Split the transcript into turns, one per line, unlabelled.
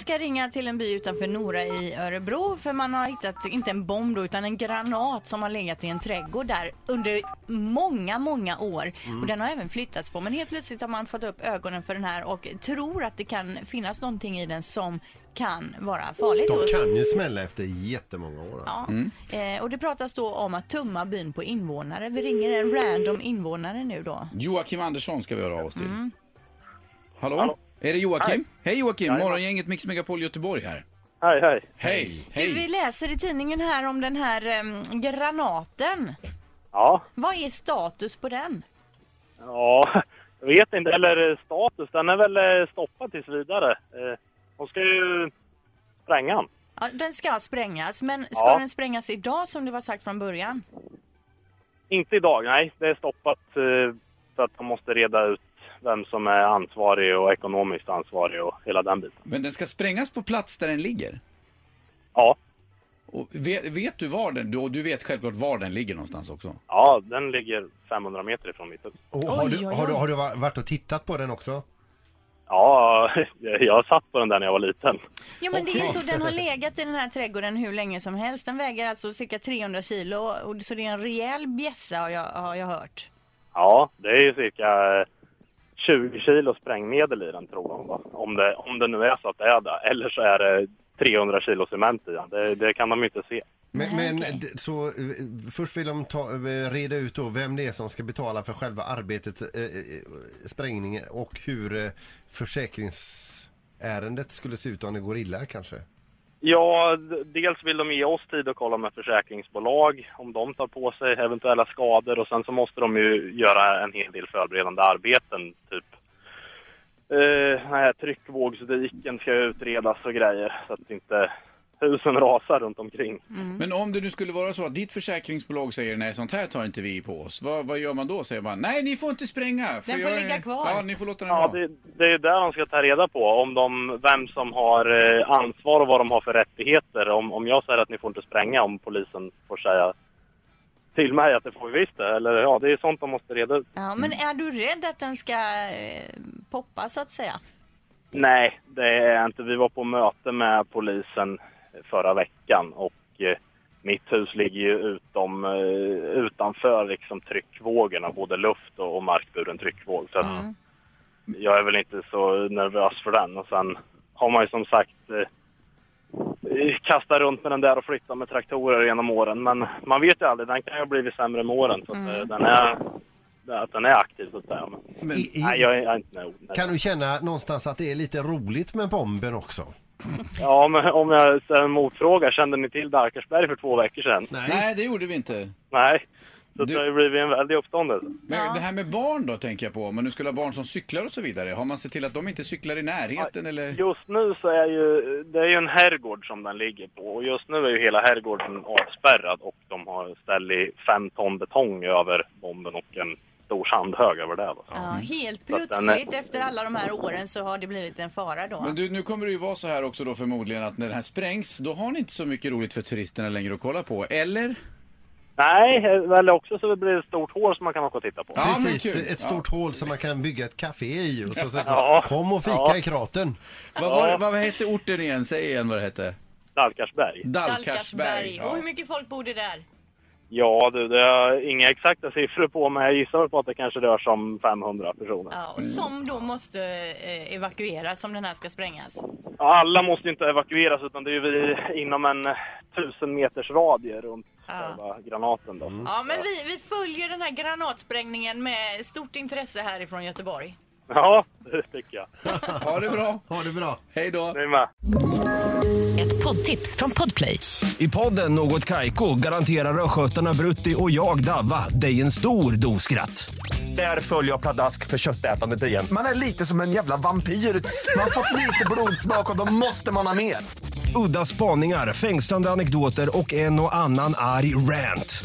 ska ringa till en by utanför Nora i Örebro för man har hittat, inte en bomb då, utan en granat som har legat i en trädgård där under många, många år.
Mm.
Och den har även flyttats på men helt plötsligt har man fått upp ögonen för den här och tror att det kan finnas någonting i den som kan vara farligt.
De
Och-
kan ju smälla efter jättemånga år. Alltså.
Ja. Eh, och det pratas då om att tumma byn på invånare. Vi ringer en random invånare nu då.
Joakim Andersson ska vi höra av oss till.
Mm.
Hallå? Är det Joakim? Hej Joakim, morgongänget Mix Megapol Göteborg här.
Hej, hej.
Hej!
Du, vi
Hej!
läser i tidningen här om den här em, granaten.
Ja,
Vad är status på den?
ja, jag vet inte. Eller eh, status, den är väl eh, stoppad tills vidare. Eh, Hon ska ju spränga den.
Ja, den ska sprängas, men ska
Ja.
den sprängas idag som det var sagt från början?
Inte idag, nej. Det är stoppat eh, för att de måste reda ut vem som är ansvarig och ekonomiskt ansvarig och hela den biten.
Men den ska sprängas på plats där den ligger.
Ja,
Och vet, vet du var den, du, och du vet självklart var den ligger någonstans också?
ja den ligger 500 meter ifrån mitt hus.
Och har,
Oj,
du,
oj, oj.
har, du, har du va- varit och tittat på den också?
Ja, jag satt på den där när jag var liten.
Ja, men det är ju
Okej.
så, den har legat i den här trädgården hur länge som helst. Den väger alltså cirka 300 kilo, och, så det är en rejäl bjässa har jag, har jag hört.
Ja, det är ju cirka eh, 20 kilo sprängmedel i den tror de. va? Om det, om det nu är så att det är det. Eller så är det 300 kilo cement i den. Det, det kan de ju inte se.
Men,
Nej,
men
okej.
d- så, eh, först vill de ta, eh, reda ut då vem det är som ska betala för själva arbetet, eh, eh, sprängningen och hur eh, försäkringsärendet skulle se ut om det går illa kanske.
Ja, d- dels vill de ge oss tid att kolla med försäkringsbolag om de tar på sig eventuella skador och sen så måste de ju göra en hel del förberedande arbeten, typ eh, den här tryckvågsdiken ska utredas och grejer så att inte husen rasar runt omkring.
Mm.
Men om det nu skulle vara så att ditt försäkringsbolag säger nej, sånt här tar inte vi på oss. Vad, vad gör man då? Säger man nej, ni får inte spränga. för
Den får ligga kvar.
Ja, ni får låta den
Ja,
vara.
det, det är ju där de ska ta reda på om de, vem som har eh, ansvar och vad de har för rättigheter. Om, om jag säger att ni får inte spränga, om polisen får säga till mig att det får vi visst det. Eller ja, det är sånt de måste reda ut.
Ja, men är du rädd att den ska eh, poppa så att säga?
Nej, det är jag inte. Vi var på möte med polisen förra veckan och eh, mitt hus ligger ju utom, eh, utanför liksom tryckvågorna, både luft och, och markburen tryckvåg. Så att
Mm.
jag är väl inte så nervös för den. Och sen har man ju som sagt eh, kastat runt med den där och flyttat med traktorer genom åren. Men man vet ju aldrig, den kan ju ha blivit sämre med åren. Så att, eh, den är, att den är aktiv så att säga. Men,
I, i,
nej, jag är, jag är inte nöjd.
Kan du känna någonstans att det är lite roligt med bomben också?
Ja, men om jag ställer en motfråga. Kände ni till Darkersberg för två veckor sedan?
Nej, det gjorde vi inte.
Nej. Så
Du-
det har ju blivit en väldig uppståndelse.
Men
Ja.
det här med barn då tänker jag på, om man nu skulle ha barn som cyklar och så vidare. Har man sett till att de inte cyklar i närheten eller?
Just nu så är ju, det är ju en herrgård som den ligger på och just nu är ju hela herrgården avspärrad och de har ställt fem ton betong över bomben och en stor sandhög över det. Då.
Ja, helt
Så att den är-
plötsligt efter alla de här åren så har det blivit en fara då.
Men du, nu kommer det ju vara så här också då förmodligen att när det här sprängs, då har ni inte så mycket roligt för turisterna längre att kolla på, eller?
Nej, eller också så blir det ett stort hål som man kan åka och titta på.
Ja, men
Precis,
kul.
ett stort hål som man kan bygga ett café i och så, så
Ja.
kom och fika
Ja.
i kraten.
Vad, var, vad hette orten igen? Säg igen vad det hette.
Dalkarsberg.
Dalkarsberg.
Och
Ja.
hur mycket folk bor det där?
Ja du, det har jag inga exakta siffror på men jag gissar väl på att det kanske rör sig om 500 personer.
Ja,
Mm.
och som då måste eh, evakueras om den här ska sprängas.
Ja, alla måste ju inte evakueras utan det är ju vi inom en eh, 1000 meters radie runt
Ja. Mm.
själva granaten då.
Ja, men vi, vi följer den här granatsprängningen med stort intresse härifrån Göteborg.
Ja, det tycker jag.
Ha det bra.
Ha det bra.
Hej då.
Ni med.
Ett poddtips från Podplay.
I podden Något Kaiko garanterar östgötarna Brutti och jag, Davva, dig en stor dos skratt. Där följer jag pladask för köttätandet igen.
Man är lite som en jävla vampyr. Man har fått lite blodsmak och då måste man ha mer.
Udda spaningar, fängslande anekdoter och en och annan arg rant.